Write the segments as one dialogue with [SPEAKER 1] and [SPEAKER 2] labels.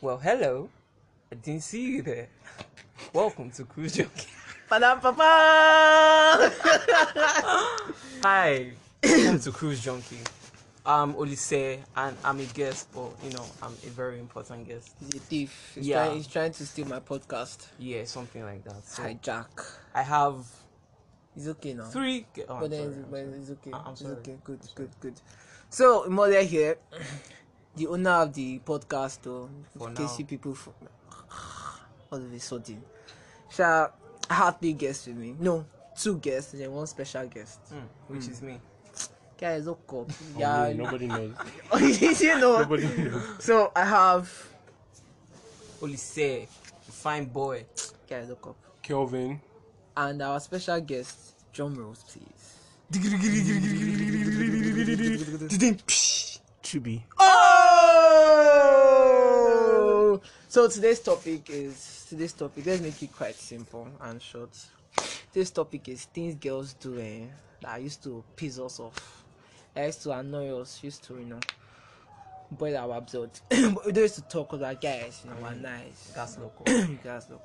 [SPEAKER 1] Well, hello. I didn't see you there. Welcome to Cruise Joke. Hi. Welcome to Cruise Junkie. I'm Olise and I'm a guest, but you know, I'm a very important guest.
[SPEAKER 2] He's a thief. He's,
[SPEAKER 1] Yeah.
[SPEAKER 2] trying, he's trying to steal my podcast.
[SPEAKER 1] Yeah, something like that. So
[SPEAKER 2] Hijack.
[SPEAKER 1] I have
[SPEAKER 2] It's okay now.
[SPEAKER 1] three. Ge- oh, I'm
[SPEAKER 2] but then
[SPEAKER 1] sorry,
[SPEAKER 2] it's,
[SPEAKER 1] I'm
[SPEAKER 2] but
[SPEAKER 1] sorry.
[SPEAKER 2] it's okay.
[SPEAKER 1] I- I'm
[SPEAKER 2] it's
[SPEAKER 1] sorry.
[SPEAKER 2] okay. Good, good, good. So Mole here, the owner of the podcast, though,
[SPEAKER 1] For
[SPEAKER 2] in
[SPEAKER 1] now.
[SPEAKER 2] case you people, f all of a sudden, Sha I had three guests with me. No, two guests and then one special guest.
[SPEAKER 1] Mm, Oh, which is me.
[SPEAKER 2] Guys, look up.
[SPEAKER 3] Yeah,
[SPEAKER 2] Yeah,
[SPEAKER 3] nobody knows.
[SPEAKER 2] you know.
[SPEAKER 3] Nobody knows.
[SPEAKER 2] So I have
[SPEAKER 1] Olise, fine boy.
[SPEAKER 2] guys, look up,
[SPEAKER 3] Kelvin.
[SPEAKER 2] and our special guest, drum rolls, please.
[SPEAKER 3] Chibi.
[SPEAKER 2] Oh! So today's topic is today's topic. Let's make it quite simple and short. Today's topic is things girls do eh, that used to piss us off, that used to annoy us, used to you know, boil our blood. But we don't used to talk about guys, you know, we're nice.
[SPEAKER 1] Mm-hmm. That's local.
[SPEAKER 2] Guys look.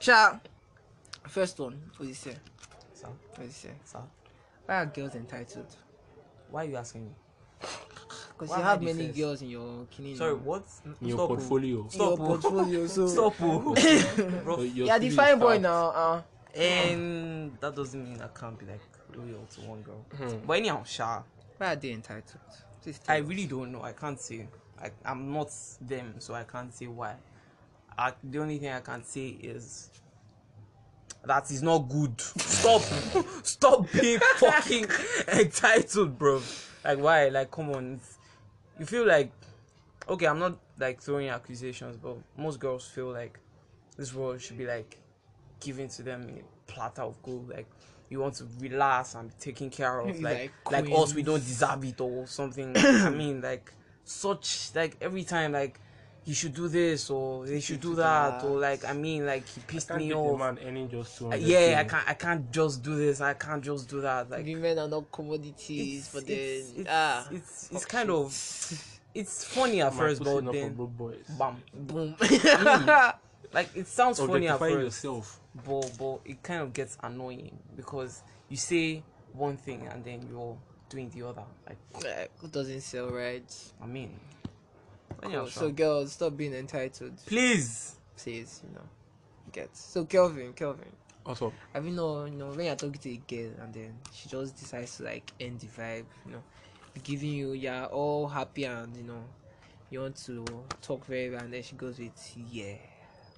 [SPEAKER 2] Sha, first one. What do you say?
[SPEAKER 1] Sir,
[SPEAKER 2] What do you say?
[SPEAKER 1] sir,
[SPEAKER 2] Why are girls entitled?
[SPEAKER 1] why are you asking me?
[SPEAKER 2] Because
[SPEAKER 1] Why
[SPEAKER 2] you
[SPEAKER 1] am
[SPEAKER 2] have
[SPEAKER 1] I the
[SPEAKER 2] many
[SPEAKER 1] first?
[SPEAKER 2] girls in your kidney.
[SPEAKER 1] Sorry, what?
[SPEAKER 3] In your
[SPEAKER 1] Stop, oh.
[SPEAKER 3] portfolio.
[SPEAKER 2] In your
[SPEAKER 1] Stop. oh.
[SPEAKER 2] portfolio. So.
[SPEAKER 1] Stop. oh.
[SPEAKER 3] But
[SPEAKER 1] Bro,
[SPEAKER 3] your
[SPEAKER 2] yeah, the
[SPEAKER 3] CV is
[SPEAKER 2] fine boy
[SPEAKER 3] stacked.
[SPEAKER 2] now. Uh,
[SPEAKER 1] And that doesn't mean I can't be like loyal to one girl. But anyhow, Sha,
[SPEAKER 2] why are they entitled? Please tell
[SPEAKER 1] I
[SPEAKER 2] us.
[SPEAKER 1] really don't know. I can't say. I, I'm not them, so I can't say why. I, the only thing I can say is that is not good. Stop, stop being fucking entitled, bro. Like why? Like come on. It's- You feel like okay. I'm not like throwing accusations, but most girls feel like this world should be like given to them in a platter of gold. Like you want to relax and be taken care of.
[SPEAKER 2] He's
[SPEAKER 1] Like
[SPEAKER 2] like,
[SPEAKER 1] like, us,
[SPEAKER 2] "Queens."
[SPEAKER 1] we don't deserve it or something. I mean, like such like every time like. You should do this, or they should do that, or like I mean, like he pissed
[SPEAKER 3] Can't
[SPEAKER 1] me
[SPEAKER 3] be
[SPEAKER 1] off.
[SPEAKER 3] the man earning just 200
[SPEAKER 1] Yeah, I can't. I can't just do this. I can't just do that. Like
[SPEAKER 2] women are not commodities, but then
[SPEAKER 1] it's, it's,
[SPEAKER 2] ah,
[SPEAKER 1] it's, it's kind of it's funny at first, but then
[SPEAKER 3] boys.
[SPEAKER 1] bam.
[SPEAKER 2] boom.
[SPEAKER 1] Like it
[SPEAKER 2] Oh,
[SPEAKER 1] sounds funny at
[SPEAKER 3] Objectify
[SPEAKER 1] first,
[SPEAKER 3] yourself.
[SPEAKER 1] but but it kind of gets annoying because you say one thing and then you're doing the other. Like
[SPEAKER 2] Like, Who doesn't sell right?
[SPEAKER 1] I mean,
[SPEAKER 2] Cool.
[SPEAKER 1] anyhow,
[SPEAKER 2] So
[SPEAKER 1] Sean.
[SPEAKER 2] girls, stop being entitled.
[SPEAKER 1] please.
[SPEAKER 2] Please, you know, get. So Kelvin, Kelvin,
[SPEAKER 3] Also,
[SPEAKER 2] have you know, you know, when you're talking to a girl and then she just decides to like end the vibe, you know, giving you you're all happy and you know, you want to talk very well, and then she goes with yeah,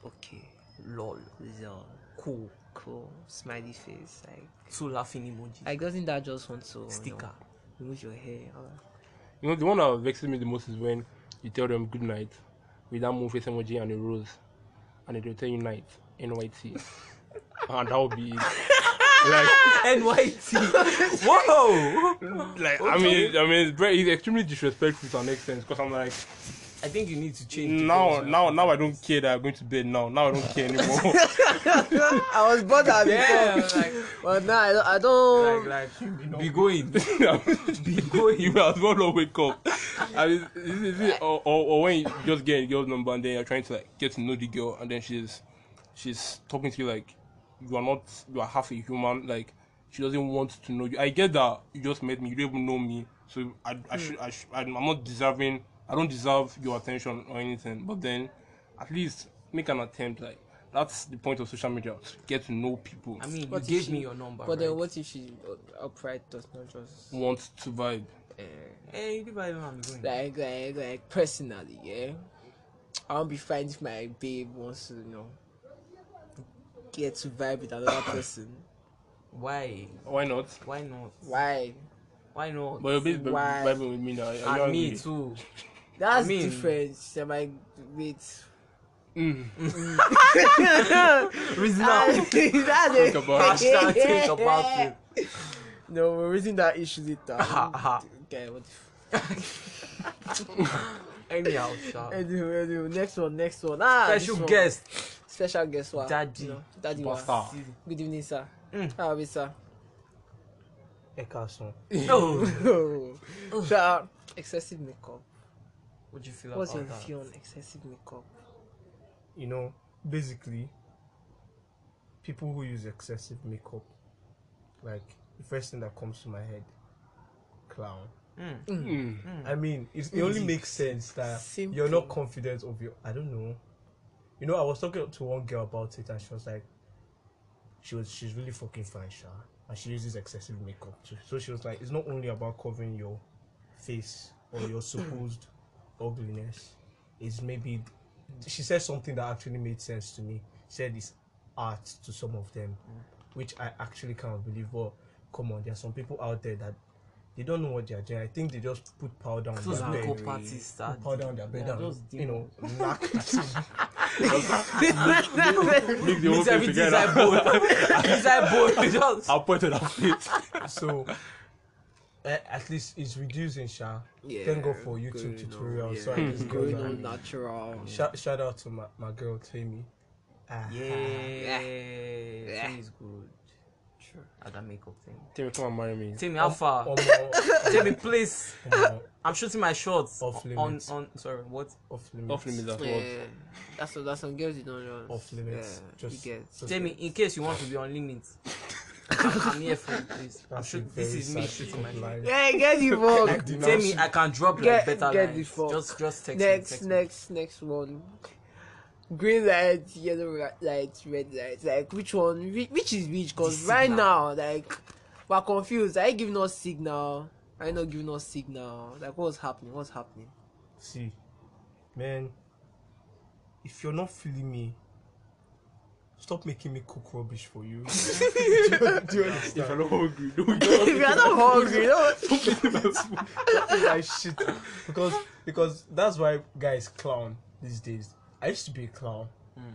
[SPEAKER 2] okay,
[SPEAKER 1] Lol.
[SPEAKER 2] lol,
[SPEAKER 1] Cool.
[SPEAKER 2] cool, smiley face, like.
[SPEAKER 1] Two laughing emoji.
[SPEAKER 2] Like doesn't that just want to you know,
[SPEAKER 1] Sticker.
[SPEAKER 2] remove your hair? all that?
[SPEAKER 3] you know, the one that vexes me the most is when you tell them good night with that move face emoji and a rose, and they will tell you night, NYT. and that would be it.
[SPEAKER 1] NYT. Whoa.
[SPEAKER 3] Like, like I mean, I mean, it's very- it's extremely disrespectful to an extent because I'm like,
[SPEAKER 1] I think you need to change. the
[SPEAKER 3] now,
[SPEAKER 1] version.
[SPEAKER 3] now, now I don't care that I'm going to bed now. Now I don't care anymore.
[SPEAKER 2] I was bothered
[SPEAKER 1] Yeah,
[SPEAKER 2] before,
[SPEAKER 1] like,
[SPEAKER 2] but now I don't. I don't
[SPEAKER 1] like, like, be going.
[SPEAKER 3] be going. You as well not wake up. I mean, is, is it, or, or, or when you just get a girl's number and then you're trying to like get to know the girl and then she's she's talking to you like you are not you are half a human like she doesn't want to know you. I get that you just met me, you don't even know me, so I,
[SPEAKER 1] Hmm.
[SPEAKER 3] I should I should, I'm I'm not deserving. I don't deserve your attention or anything. But then, at least make an attempt. Like that's the point of social media to get to know people.
[SPEAKER 1] I mean,
[SPEAKER 2] What
[SPEAKER 1] you gave
[SPEAKER 2] if she-
[SPEAKER 1] me your number.
[SPEAKER 2] but then
[SPEAKER 1] right?
[SPEAKER 2] what if she uh, upright does not just
[SPEAKER 3] want to vibe.
[SPEAKER 2] uh,
[SPEAKER 1] Hey, Eh, you by the way I'm going.
[SPEAKER 2] like like like personally? Yeah, I won't be fine if my babe wants to you know get to vibe with another person.
[SPEAKER 1] Why?
[SPEAKER 3] Why not?
[SPEAKER 1] Why not?
[SPEAKER 2] Why?
[SPEAKER 1] Why not?
[SPEAKER 3] But you're basically
[SPEAKER 2] Why?
[SPEAKER 3] vibing with me now. I- I
[SPEAKER 1] and
[SPEAKER 3] don't
[SPEAKER 1] me
[SPEAKER 3] agree.
[SPEAKER 1] too.
[SPEAKER 2] That's
[SPEAKER 1] I mean-
[SPEAKER 2] different. She might wait.
[SPEAKER 3] Mm,
[SPEAKER 1] Reason
[SPEAKER 2] That's it.
[SPEAKER 3] about
[SPEAKER 1] Hashtag think about it.
[SPEAKER 2] No, we're raising that issue later.
[SPEAKER 1] Ha, ha.
[SPEAKER 2] okay, what the
[SPEAKER 1] Anyhow, sha.
[SPEAKER 2] Anyway, anyway, next one, next one. Ah, this
[SPEAKER 1] Special
[SPEAKER 2] one.
[SPEAKER 1] guest.
[SPEAKER 2] Special guest one.
[SPEAKER 1] Daddy.
[SPEAKER 2] Daddy one.
[SPEAKER 3] Buster.
[SPEAKER 2] Good evening, sir.
[SPEAKER 1] Mm.
[SPEAKER 2] How are we, sir?
[SPEAKER 1] No.
[SPEAKER 2] Oh. Sir, excessive makeup.
[SPEAKER 1] What do you feel
[SPEAKER 2] What's your
[SPEAKER 1] about that?
[SPEAKER 2] view on excessive makeup?
[SPEAKER 4] you know, basically, people who use excessive makeup, like the first thing that comes to my head, clown.
[SPEAKER 3] mm.
[SPEAKER 4] I mean, it, it only makes sense that
[SPEAKER 2] Simple.
[SPEAKER 4] you're not confident of your. I don't know. You know, I was talking to one girl about it, and she was like, she was she's really fucking fine, Sha, and she uses excessive makeup. too. So she was like, it's not only about covering your face or your supposed ugliness. It's maybe she said something that actually made sense to me. She said it's art to some of them, which I actually can't believe. But come on, there are some people out there that they don't know what they are doing. I think they just put powder on
[SPEAKER 1] Those
[SPEAKER 4] their
[SPEAKER 1] makeup
[SPEAKER 4] bed,
[SPEAKER 1] parties that
[SPEAKER 4] put powder on their bed,
[SPEAKER 1] Yeah,
[SPEAKER 4] and,
[SPEAKER 1] those
[SPEAKER 4] you know, knock
[SPEAKER 3] Mix the whole
[SPEAKER 1] mix
[SPEAKER 3] thing
[SPEAKER 1] everything inside
[SPEAKER 3] together.
[SPEAKER 1] bowl. inside bowl. you Just
[SPEAKER 3] I'll point it out.
[SPEAKER 4] so eh, at least it's reducing sha
[SPEAKER 2] Yeah,
[SPEAKER 4] thank god for youtube
[SPEAKER 2] going
[SPEAKER 4] tutorials
[SPEAKER 2] on,
[SPEAKER 4] so i
[SPEAKER 2] yeah.
[SPEAKER 4] just go
[SPEAKER 2] Going
[SPEAKER 4] that.
[SPEAKER 2] on natural.
[SPEAKER 4] shout, shout out to my, my girl tammy Ah,
[SPEAKER 1] yeah, thing is good.
[SPEAKER 2] Sure.
[SPEAKER 1] At that makeup thing.
[SPEAKER 3] Timmy, come and marry me.
[SPEAKER 1] Timmy, how
[SPEAKER 4] um,
[SPEAKER 1] far?
[SPEAKER 4] Omo,
[SPEAKER 1] Timmy, please.
[SPEAKER 4] omo,
[SPEAKER 1] I'm shooting my shots
[SPEAKER 4] Off
[SPEAKER 1] on on.
[SPEAKER 4] limits.
[SPEAKER 1] Sorry, what?
[SPEAKER 4] off limits
[SPEAKER 3] Off limits as well.
[SPEAKER 2] Yeah, that's what that's some girls you don't know.
[SPEAKER 4] off limits
[SPEAKER 2] Yeah,
[SPEAKER 4] just
[SPEAKER 2] you get.
[SPEAKER 4] just-
[SPEAKER 1] Timmy, in case you want to be on limit, I'm here for you. Please. I'm
[SPEAKER 4] that's a
[SPEAKER 1] shoot, this
[SPEAKER 4] very
[SPEAKER 1] is me
[SPEAKER 4] sad
[SPEAKER 1] shooting my
[SPEAKER 4] fucking
[SPEAKER 1] shot.
[SPEAKER 4] line.
[SPEAKER 2] Yeah, get involved.
[SPEAKER 4] did not
[SPEAKER 1] Timmy,
[SPEAKER 4] shoot.
[SPEAKER 1] I can drop like
[SPEAKER 2] Get-
[SPEAKER 1] better
[SPEAKER 2] get the
[SPEAKER 1] lines.
[SPEAKER 2] fuck.
[SPEAKER 1] Just just text me.
[SPEAKER 2] next,
[SPEAKER 1] text me.
[SPEAKER 2] next, next one. Green light, yellow ri- light, red light. Like which one? Which, which is which? Cause
[SPEAKER 1] The
[SPEAKER 2] right
[SPEAKER 1] signal.
[SPEAKER 2] now, like we're confused. Are you giving us signal? Are you not giving us signal? Like what's happening? What's happening?
[SPEAKER 4] see man if you're not feeling me stop making me cook rubbish for you do you
[SPEAKER 3] If you're not
[SPEAKER 4] understand
[SPEAKER 3] hungry, don't
[SPEAKER 2] if you're not hungry, no.
[SPEAKER 4] like shit because because that's why guys clown these days. I used to be a clown,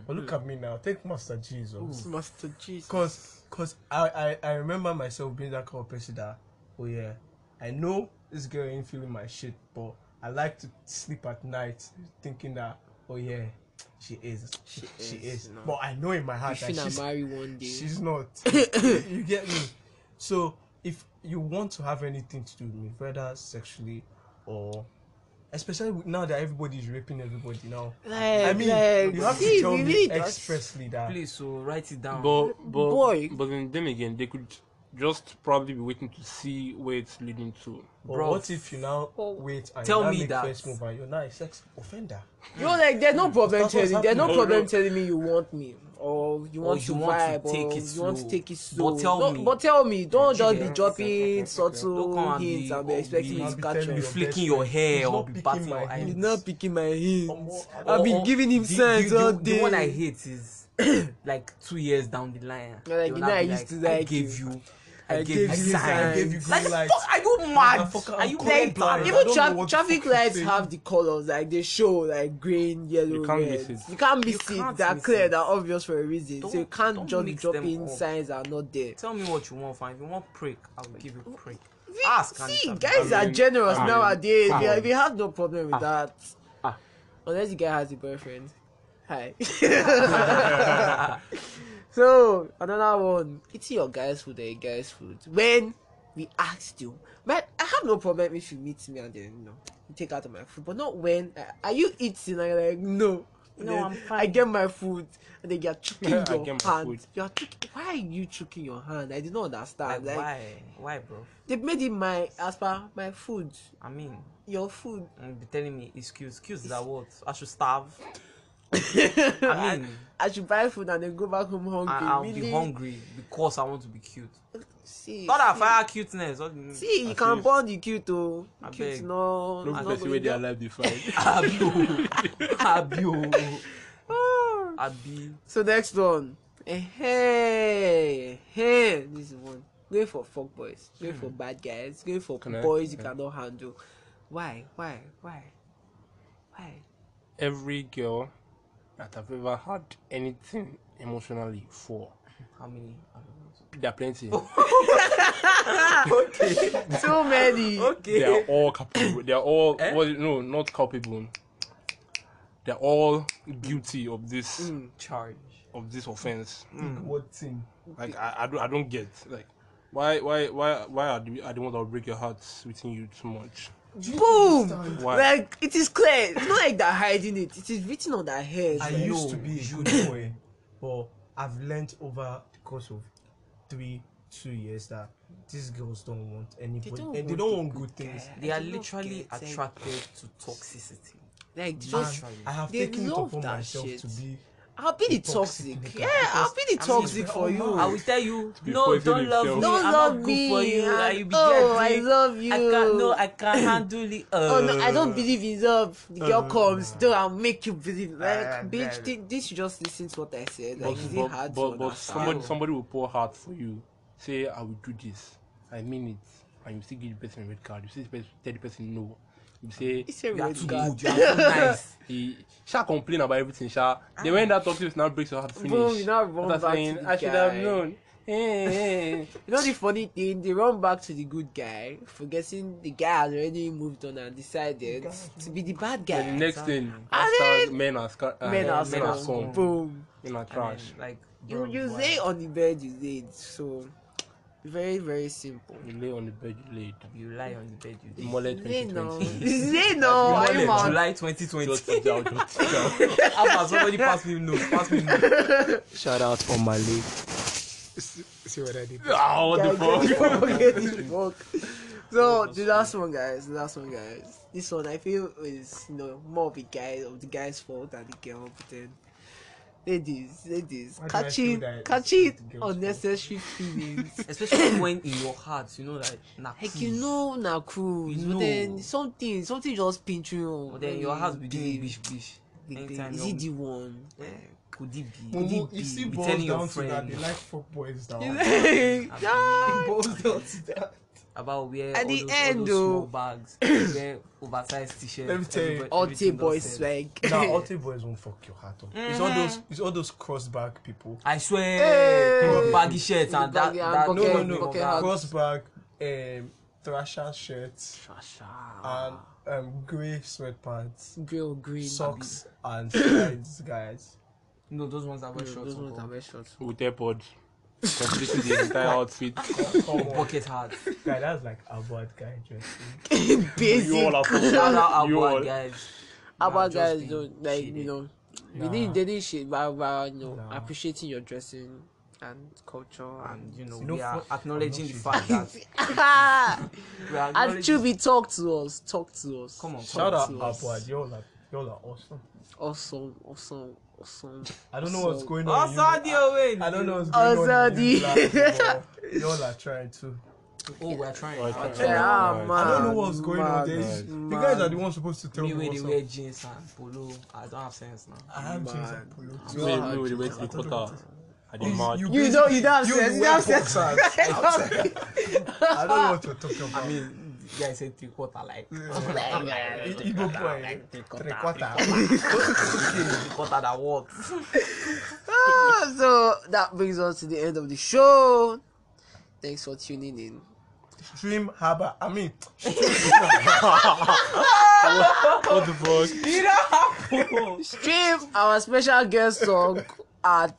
[SPEAKER 4] but look at me now. Take Master Jesus,
[SPEAKER 2] Master Jesus.
[SPEAKER 4] cause cause I, I I remember myself being that kind of person that oh yeah, I know this girl ain't feeling my shit, but I like to sleep at night thinking that oh yeah, she is she, she
[SPEAKER 2] is,
[SPEAKER 4] is,
[SPEAKER 2] no.
[SPEAKER 4] but I know in my
[SPEAKER 2] You
[SPEAKER 4] heart that
[SPEAKER 2] finna
[SPEAKER 4] she's
[SPEAKER 2] marry one day.
[SPEAKER 4] She's not. you get me? So if you want to have anything to do with me, whether sexually or especially with- now that everybody's raping everybody now.
[SPEAKER 2] Like,
[SPEAKER 4] I mean,
[SPEAKER 2] like,
[SPEAKER 4] you have
[SPEAKER 2] see,
[SPEAKER 4] to tell
[SPEAKER 2] we
[SPEAKER 4] me
[SPEAKER 2] eh, really just-
[SPEAKER 4] expressly that.
[SPEAKER 1] Please, so write it down.
[SPEAKER 3] But but
[SPEAKER 2] Boy.
[SPEAKER 3] but then, then again, they could just probably be waiting to see where it's leading to.
[SPEAKER 4] Or
[SPEAKER 1] Bro.
[SPEAKER 4] what if you now
[SPEAKER 2] Oh.
[SPEAKER 4] wait and
[SPEAKER 1] Tell
[SPEAKER 4] you now
[SPEAKER 1] me
[SPEAKER 4] make
[SPEAKER 1] that.
[SPEAKER 4] first move and you're now a sex offender?
[SPEAKER 2] Yo, like, there's no problem
[SPEAKER 4] That's what's
[SPEAKER 2] telling. There's no
[SPEAKER 4] happening.
[SPEAKER 2] problem
[SPEAKER 3] No, no.
[SPEAKER 2] telling me you want me, or you want
[SPEAKER 1] you
[SPEAKER 2] to
[SPEAKER 1] want to
[SPEAKER 2] vibe, or
[SPEAKER 1] take it
[SPEAKER 2] you want to
[SPEAKER 1] slow.
[SPEAKER 2] take it
[SPEAKER 1] But
[SPEAKER 2] slow.
[SPEAKER 1] tell
[SPEAKER 2] Don't-
[SPEAKER 1] me.
[SPEAKER 2] But tell me, don't just be
[SPEAKER 1] Yeah.
[SPEAKER 2] dropping
[SPEAKER 1] Don't come
[SPEAKER 2] subtle
[SPEAKER 1] and be-
[SPEAKER 2] hints and be
[SPEAKER 1] or
[SPEAKER 2] expecting
[SPEAKER 1] be-
[SPEAKER 2] me
[SPEAKER 1] I'll
[SPEAKER 2] to
[SPEAKER 4] be
[SPEAKER 2] catch
[SPEAKER 4] telling
[SPEAKER 1] be
[SPEAKER 2] on.
[SPEAKER 4] you.
[SPEAKER 1] flicking
[SPEAKER 4] best
[SPEAKER 1] your
[SPEAKER 4] friend.
[SPEAKER 1] hair
[SPEAKER 4] He's
[SPEAKER 1] or
[SPEAKER 4] not
[SPEAKER 1] be
[SPEAKER 4] picking
[SPEAKER 1] batting your
[SPEAKER 4] my
[SPEAKER 1] eyes.
[SPEAKER 2] He's not picking my hints.
[SPEAKER 4] Omo,
[SPEAKER 2] I've
[SPEAKER 1] Or-
[SPEAKER 2] been giving him
[SPEAKER 1] the-
[SPEAKER 2] sense
[SPEAKER 1] the,
[SPEAKER 2] all
[SPEAKER 1] the, the one I
[SPEAKER 2] day.
[SPEAKER 1] hate is like two years down the line.
[SPEAKER 2] Yeah,
[SPEAKER 1] they'll
[SPEAKER 2] like, you
[SPEAKER 1] now
[SPEAKER 2] know, I
[SPEAKER 1] be
[SPEAKER 2] used to
[SPEAKER 1] I
[SPEAKER 2] like
[SPEAKER 1] gave
[SPEAKER 2] you.
[SPEAKER 1] you. I,
[SPEAKER 2] I
[SPEAKER 1] gave
[SPEAKER 2] gave
[SPEAKER 1] you
[SPEAKER 2] you
[SPEAKER 1] sign.
[SPEAKER 4] I gave you
[SPEAKER 1] Like,
[SPEAKER 4] green light.
[SPEAKER 1] fuck, are you mad?
[SPEAKER 4] Motherfucker,
[SPEAKER 1] Are you
[SPEAKER 4] I'm
[SPEAKER 1] like
[SPEAKER 4] colorblind.
[SPEAKER 1] that?
[SPEAKER 4] I don't
[SPEAKER 2] Even
[SPEAKER 4] know
[SPEAKER 2] tra-
[SPEAKER 4] what the
[SPEAKER 2] traffic
[SPEAKER 4] fuck I'm
[SPEAKER 2] lights
[SPEAKER 4] saying.
[SPEAKER 2] have the colors, like they show like green, yellow,
[SPEAKER 3] You can't
[SPEAKER 2] red.
[SPEAKER 3] miss it.
[SPEAKER 2] You can't
[SPEAKER 1] You
[SPEAKER 2] miss
[SPEAKER 1] can't
[SPEAKER 2] it. They're
[SPEAKER 1] miss
[SPEAKER 2] clear,
[SPEAKER 1] it.
[SPEAKER 2] they're obvious for a reason. so you
[SPEAKER 1] Don't-
[SPEAKER 2] can't
[SPEAKER 1] don't
[SPEAKER 2] just be
[SPEAKER 1] mix them
[SPEAKER 2] dropping
[SPEAKER 1] up.
[SPEAKER 2] signs that are not there.
[SPEAKER 1] Tell me what you want, fine. If you want prick, I'll give you prick. Ask. and
[SPEAKER 2] See,
[SPEAKER 1] it-
[SPEAKER 2] guys
[SPEAKER 3] I
[SPEAKER 2] are
[SPEAKER 3] mean-
[SPEAKER 2] generous
[SPEAKER 3] I mean,
[SPEAKER 2] nowadays.
[SPEAKER 3] come
[SPEAKER 2] we, are-
[SPEAKER 3] on. Ah.
[SPEAKER 2] we have no problem with that. Unless the guy has a boyfriend. Hi. so, another one. It's your guy's food or your guy's food. When we asked you, but I have no problem if you meet me and then, you know, you take out of my food. But not when. uh, Are you eating? I'm like, no. And
[SPEAKER 1] No,
[SPEAKER 2] then
[SPEAKER 1] I'm
[SPEAKER 2] I
[SPEAKER 1] fine.
[SPEAKER 2] get my food, and then you're choking
[SPEAKER 3] I
[SPEAKER 2] your
[SPEAKER 3] get my
[SPEAKER 2] hand.
[SPEAKER 3] food.
[SPEAKER 2] You're choking. Why are you choking your hand? I did not
[SPEAKER 1] Like,
[SPEAKER 2] understand. Like,
[SPEAKER 1] why? Why, bro?
[SPEAKER 2] they made it my as per my food
[SPEAKER 1] I mean,
[SPEAKER 2] your food
[SPEAKER 1] you'll be telling me excuse. Excuse is that what? I should starve.
[SPEAKER 2] I,
[SPEAKER 1] mean-
[SPEAKER 2] I should buy food and then go back home hungry
[SPEAKER 1] I, I'll
[SPEAKER 2] really
[SPEAKER 1] be hungry because I want to be cute.
[SPEAKER 2] see
[SPEAKER 1] Not that fire cuteness. what do you mean?
[SPEAKER 2] see you
[SPEAKER 3] I
[SPEAKER 2] can
[SPEAKER 3] see.
[SPEAKER 2] born the cute oh
[SPEAKER 1] I
[SPEAKER 2] cute
[SPEAKER 1] beg.
[SPEAKER 2] no
[SPEAKER 3] Look,
[SPEAKER 2] not
[SPEAKER 3] let's see
[SPEAKER 2] going
[SPEAKER 3] where they are
[SPEAKER 2] down.
[SPEAKER 3] life defined.
[SPEAKER 1] Abi o. Abi o.
[SPEAKER 2] Ah.
[SPEAKER 1] Abi.
[SPEAKER 2] so next one Eh, hey hey this is one going for fuck boys going for
[SPEAKER 1] Hmm.
[SPEAKER 2] bad guys going for
[SPEAKER 3] Can I-
[SPEAKER 2] boys you
[SPEAKER 3] yeah.
[SPEAKER 2] cannot handle why why why why
[SPEAKER 3] Every girl that I've ever had anything emotionally for,
[SPEAKER 1] How many? I
[SPEAKER 3] there are plenty.
[SPEAKER 2] so many
[SPEAKER 1] don't
[SPEAKER 3] They
[SPEAKER 1] know.
[SPEAKER 3] are all culpable. They are all what, no, not culpable. They are all guilty of this
[SPEAKER 1] Charge.
[SPEAKER 3] of this offense.
[SPEAKER 1] Mm.
[SPEAKER 4] What thing?
[SPEAKER 2] Mm.
[SPEAKER 3] Like I, I, don't, I don't get like Why, why, why, why are the, are the ones that will break your heart sweeting you too much?
[SPEAKER 2] Boom!
[SPEAKER 3] Why?
[SPEAKER 2] Like it is clear. It's not like they're hiding it. It is written on their heads.
[SPEAKER 4] I
[SPEAKER 2] like,
[SPEAKER 4] used
[SPEAKER 2] no.
[SPEAKER 4] to be a good boy, but I've learned over the course of three, two years that these girls don't want anybody. They
[SPEAKER 2] don't
[SPEAKER 4] don't, and they
[SPEAKER 2] want
[SPEAKER 4] don't
[SPEAKER 2] the
[SPEAKER 4] want good things.
[SPEAKER 1] They
[SPEAKER 2] I
[SPEAKER 1] are
[SPEAKER 2] do not
[SPEAKER 1] literally
[SPEAKER 2] get it.
[SPEAKER 1] attracted to toxicity.
[SPEAKER 2] Like
[SPEAKER 4] And
[SPEAKER 2] just
[SPEAKER 1] Literally.
[SPEAKER 4] I have
[SPEAKER 2] They
[SPEAKER 4] taken it
[SPEAKER 2] love
[SPEAKER 4] upon
[SPEAKER 2] that
[SPEAKER 4] myself
[SPEAKER 2] shit.
[SPEAKER 4] to be.
[SPEAKER 2] I'll be the
[SPEAKER 4] The
[SPEAKER 2] toxic.
[SPEAKER 4] toxic nigga.
[SPEAKER 2] Yeah, I'll
[SPEAKER 4] Because-
[SPEAKER 2] be the
[SPEAKER 1] I mean,
[SPEAKER 2] toxic
[SPEAKER 4] we're
[SPEAKER 2] for
[SPEAKER 4] all
[SPEAKER 2] you.
[SPEAKER 4] married.
[SPEAKER 1] I will tell you,
[SPEAKER 3] Before
[SPEAKER 1] no,
[SPEAKER 3] you
[SPEAKER 1] don't
[SPEAKER 3] feel
[SPEAKER 1] love
[SPEAKER 3] yourself.
[SPEAKER 1] me.
[SPEAKER 2] Don't
[SPEAKER 1] I'm
[SPEAKER 2] love
[SPEAKER 1] not good
[SPEAKER 2] me.
[SPEAKER 1] for you.
[SPEAKER 2] I-
[SPEAKER 1] you be
[SPEAKER 2] oh, I
[SPEAKER 1] getting-
[SPEAKER 2] love you.
[SPEAKER 1] I can't. No, I can't handle it. Uh,
[SPEAKER 2] Oh no, I don't believe in love. The girl
[SPEAKER 4] Uh,
[SPEAKER 2] comes, though I'll make you believe. Like,
[SPEAKER 1] Uh,
[SPEAKER 2] bitch,
[SPEAKER 1] no.
[SPEAKER 2] thi- this you just listen to what I said. Like, is it
[SPEAKER 3] but,
[SPEAKER 2] hard
[SPEAKER 3] but,
[SPEAKER 2] to
[SPEAKER 3] but somebody,
[SPEAKER 2] understand?
[SPEAKER 3] somebody will pour hard for you. Say, I will do this. I mean it. And you still give the person a red card. You still pers- tell the person no. You say,
[SPEAKER 2] It's a
[SPEAKER 1] You are
[SPEAKER 2] red
[SPEAKER 1] too
[SPEAKER 2] card.
[SPEAKER 1] good. You are too nice.
[SPEAKER 3] he shall complain about everything. Shall then when that toxic now breaks your heart, finish.
[SPEAKER 2] Ah. Boom, you now run
[SPEAKER 3] After
[SPEAKER 2] back to
[SPEAKER 3] saying,
[SPEAKER 2] the
[SPEAKER 3] I should have
[SPEAKER 2] guy."
[SPEAKER 3] known. Eh, eh, eh.
[SPEAKER 2] You know the funny thing, they run back to the good guy, forgetting the guy has already moved on and decided to be the bad guy.
[SPEAKER 3] the next thing,
[SPEAKER 2] And
[SPEAKER 3] hashtag
[SPEAKER 2] then-
[SPEAKER 3] men are scar- uh,
[SPEAKER 2] men are
[SPEAKER 3] men are
[SPEAKER 2] scum.
[SPEAKER 3] scum.
[SPEAKER 2] Boom.
[SPEAKER 3] men are
[SPEAKER 1] I
[SPEAKER 3] trash.
[SPEAKER 1] mean, like
[SPEAKER 2] You you lay on the bed, you lay. it. So very very simple.
[SPEAKER 3] You lay on the bed, you laid.
[SPEAKER 1] you lie on the bed. You
[SPEAKER 3] Mole
[SPEAKER 2] Lay no,
[SPEAKER 3] 2020.
[SPEAKER 2] lay no. Oh, Are you
[SPEAKER 1] did.
[SPEAKER 2] mad?
[SPEAKER 1] July
[SPEAKER 3] Just
[SPEAKER 1] 2020.
[SPEAKER 3] sit down, just sit down.
[SPEAKER 1] Alpha, somebody pass me no. Pass me no.
[SPEAKER 3] Shout out for my leg.
[SPEAKER 4] See what I did?
[SPEAKER 3] Oh, what the
[SPEAKER 2] Yeah,
[SPEAKER 3] fuck?
[SPEAKER 2] get the fuck. So the last one, guys. The last one, guys. This one I feel is you know more of the guy of the guy's fault than the girl. But then, ladies, ladies,
[SPEAKER 4] Why do I feel
[SPEAKER 2] catching
[SPEAKER 4] that it's
[SPEAKER 2] catching
[SPEAKER 4] the girl's fault?
[SPEAKER 2] unnecessary feelings.
[SPEAKER 1] Especially when in your heart, you know, like nah,
[SPEAKER 2] like you know, na cool.
[SPEAKER 1] You
[SPEAKER 2] But then
[SPEAKER 1] know.
[SPEAKER 2] something, something just pinch you. on.
[SPEAKER 1] But then your heart be doing bish bish.
[SPEAKER 2] Big
[SPEAKER 1] Anytime
[SPEAKER 2] thing. Is
[SPEAKER 1] you're-
[SPEAKER 2] it the one?
[SPEAKER 1] Eh, Could it be? Could
[SPEAKER 4] Mumu,
[SPEAKER 1] it
[SPEAKER 4] you see,
[SPEAKER 1] be? Be
[SPEAKER 4] boils
[SPEAKER 1] telling your
[SPEAKER 4] down to that.
[SPEAKER 1] friend
[SPEAKER 4] They like fuck boys down.
[SPEAKER 2] Yeah.
[SPEAKER 4] It boils down to that.
[SPEAKER 1] about where
[SPEAKER 2] At
[SPEAKER 1] all
[SPEAKER 2] the
[SPEAKER 1] those,
[SPEAKER 2] end,
[SPEAKER 1] all those
[SPEAKER 2] though.
[SPEAKER 1] small bags, where oversized t-shirts.
[SPEAKER 4] Let me tell you,
[SPEAKER 1] everybody-
[SPEAKER 2] All the
[SPEAKER 1] everything
[SPEAKER 2] boys
[SPEAKER 1] just said.
[SPEAKER 2] swag.
[SPEAKER 4] Nah, Alti boys won't fuck your heart up. It's
[SPEAKER 2] Mm.
[SPEAKER 4] all those, it's all those crossback people.
[SPEAKER 1] I swear,
[SPEAKER 4] Hey!
[SPEAKER 1] baggy shirts and that.
[SPEAKER 2] Baggy and
[SPEAKER 1] that
[SPEAKER 2] bucket-
[SPEAKER 1] no, no, no.
[SPEAKER 2] bucket
[SPEAKER 1] that-
[SPEAKER 2] hats.
[SPEAKER 4] Crossback, um, thrasher shirts, and um, grey sweatpants,
[SPEAKER 2] Grey or green.
[SPEAKER 4] socks, and slides, guys.
[SPEAKER 1] no, Mm, those ones are
[SPEAKER 2] Yeah,
[SPEAKER 1] very short.
[SPEAKER 2] Those ones are
[SPEAKER 1] uncle.
[SPEAKER 2] very short.
[SPEAKER 3] With AirPods. Completely the entire outfit.
[SPEAKER 1] Oh,
[SPEAKER 4] Come on,
[SPEAKER 1] Bucket hats.
[SPEAKER 4] guy, that's like a bad guy
[SPEAKER 3] You
[SPEAKER 4] dressing.
[SPEAKER 3] all
[SPEAKER 2] Basic.
[SPEAKER 3] are
[SPEAKER 1] Shout out our
[SPEAKER 3] You
[SPEAKER 1] boy,
[SPEAKER 3] all-
[SPEAKER 1] guys.
[SPEAKER 2] How about
[SPEAKER 1] I've just
[SPEAKER 2] guys
[SPEAKER 1] been
[SPEAKER 2] don't like you
[SPEAKER 1] shaded.
[SPEAKER 2] know we
[SPEAKER 4] Nah.
[SPEAKER 2] didn't they didn't shit but but you know
[SPEAKER 4] Nah.
[SPEAKER 2] appreciating your dressing and culture and
[SPEAKER 1] And you know,
[SPEAKER 4] You know,
[SPEAKER 1] we are
[SPEAKER 4] fuck-
[SPEAKER 1] acknowledging
[SPEAKER 4] I'm
[SPEAKER 1] the
[SPEAKER 4] not
[SPEAKER 1] fact that we are
[SPEAKER 2] and
[SPEAKER 1] acknowledging.
[SPEAKER 2] Chubby talk to us talk to us
[SPEAKER 1] Come on, come
[SPEAKER 4] Shout
[SPEAKER 1] on.
[SPEAKER 4] out
[SPEAKER 2] to us.
[SPEAKER 4] Abwad, y'all are, y'all are awesome.
[SPEAKER 2] awesome awesome awesome
[SPEAKER 4] I don't know what's
[SPEAKER 2] So-
[SPEAKER 4] going on. in
[SPEAKER 1] Also,
[SPEAKER 4] you. I,
[SPEAKER 1] Owen.
[SPEAKER 4] I don't know what's
[SPEAKER 2] Oh,
[SPEAKER 4] going on. in you
[SPEAKER 2] Sadi.
[SPEAKER 4] lads, but Y'all are trying to.
[SPEAKER 1] Oh, we're trying.
[SPEAKER 3] We're
[SPEAKER 1] We're
[SPEAKER 3] trying.
[SPEAKER 1] trying.
[SPEAKER 2] yeah ah,
[SPEAKER 3] I
[SPEAKER 2] man
[SPEAKER 4] Oh I don't know what's going on.
[SPEAKER 2] man,
[SPEAKER 4] There is, you guys are the ones supposed to tell
[SPEAKER 1] Me
[SPEAKER 4] me,
[SPEAKER 1] when they
[SPEAKER 4] what's
[SPEAKER 1] wear
[SPEAKER 4] up.
[SPEAKER 1] jeans and polo, I don't have sense now.
[SPEAKER 4] I have jeans
[SPEAKER 2] Man.
[SPEAKER 4] and polo.
[SPEAKER 3] Me,
[SPEAKER 4] too.
[SPEAKER 3] me with the wet
[SPEAKER 4] I don't
[SPEAKER 3] quarter. I
[SPEAKER 4] You-
[SPEAKER 3] did mad.
[SPEAKER 4] you
[SPEAKER 2] you don't you don't have
[SPEAKER 4] You
[SPEAKER 2] sense you
[SPEAKER 4] wear
[SPEAKER 2] don't have sense
[SPEAKER 4] boxers. I don't know what you're talking about.
[SPEAKER 1] I mean, you guys said three quarter like.
[SPEAKER 4] Igbo boy, three quarter.
[SPEAKER 1] three quarter that what?
[SPEAKER 2] Ah, so that brings us to the end of the show thanks for tuning in
[SPEAKER 4] Stream harbor. I mean,
[SPEAKER 3] What the fuck?
[SPEAKER 2] stream our special guest song at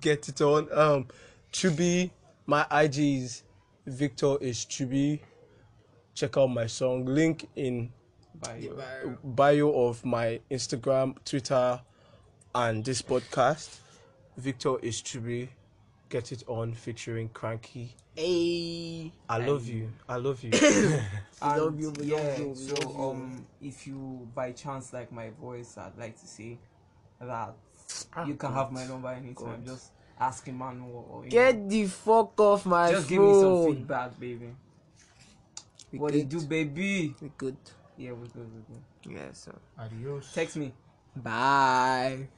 [SPEAKER 4] get it on. Um, Chubby, my IG is Victor is Chubby. Check out my song. Link in bio of my Instagram, Twitter, and this podcast. Victor is Chubby. Get it on featuring Cranky.
[SPEAKER 2] Hey,
[SPEAKER 4] I love you. I love you.
[SPEAKER 1] And
[SPEAKER 2] love you, we love
[SPEAKER 1] yeah,
[SPEAKER 2] you, we
[SPEAKER 1] so
[SPEAKER 2] love you.
[SPEAKER 1] um, if you by chance like my voice, I'd like to say that
[SPEAKER 2] Ah,
[SPEAKER 1] you can have my number anytime. Just ask him man or, or you know,
[SPEAKER 2] get the fuck off my
[SPEAKER 1] just give me some
[SPEAKER 2] phone.
[SPEAKER 1] feedback, baby.
[SPEAKER 2] We
[SPEAKER 1] What do you
[SPEAKER 2] good.
[SPEAKER 1] do, baby?
[SPEAKER 2] We good.
[SPEAKER 1] Yeah, we good, we good.
[SPEAKER 2] Yes. sir.
[SPEAKER 4] Adios.
[SPEAKER 1] Text me.
[SPEAKER 2] Bye.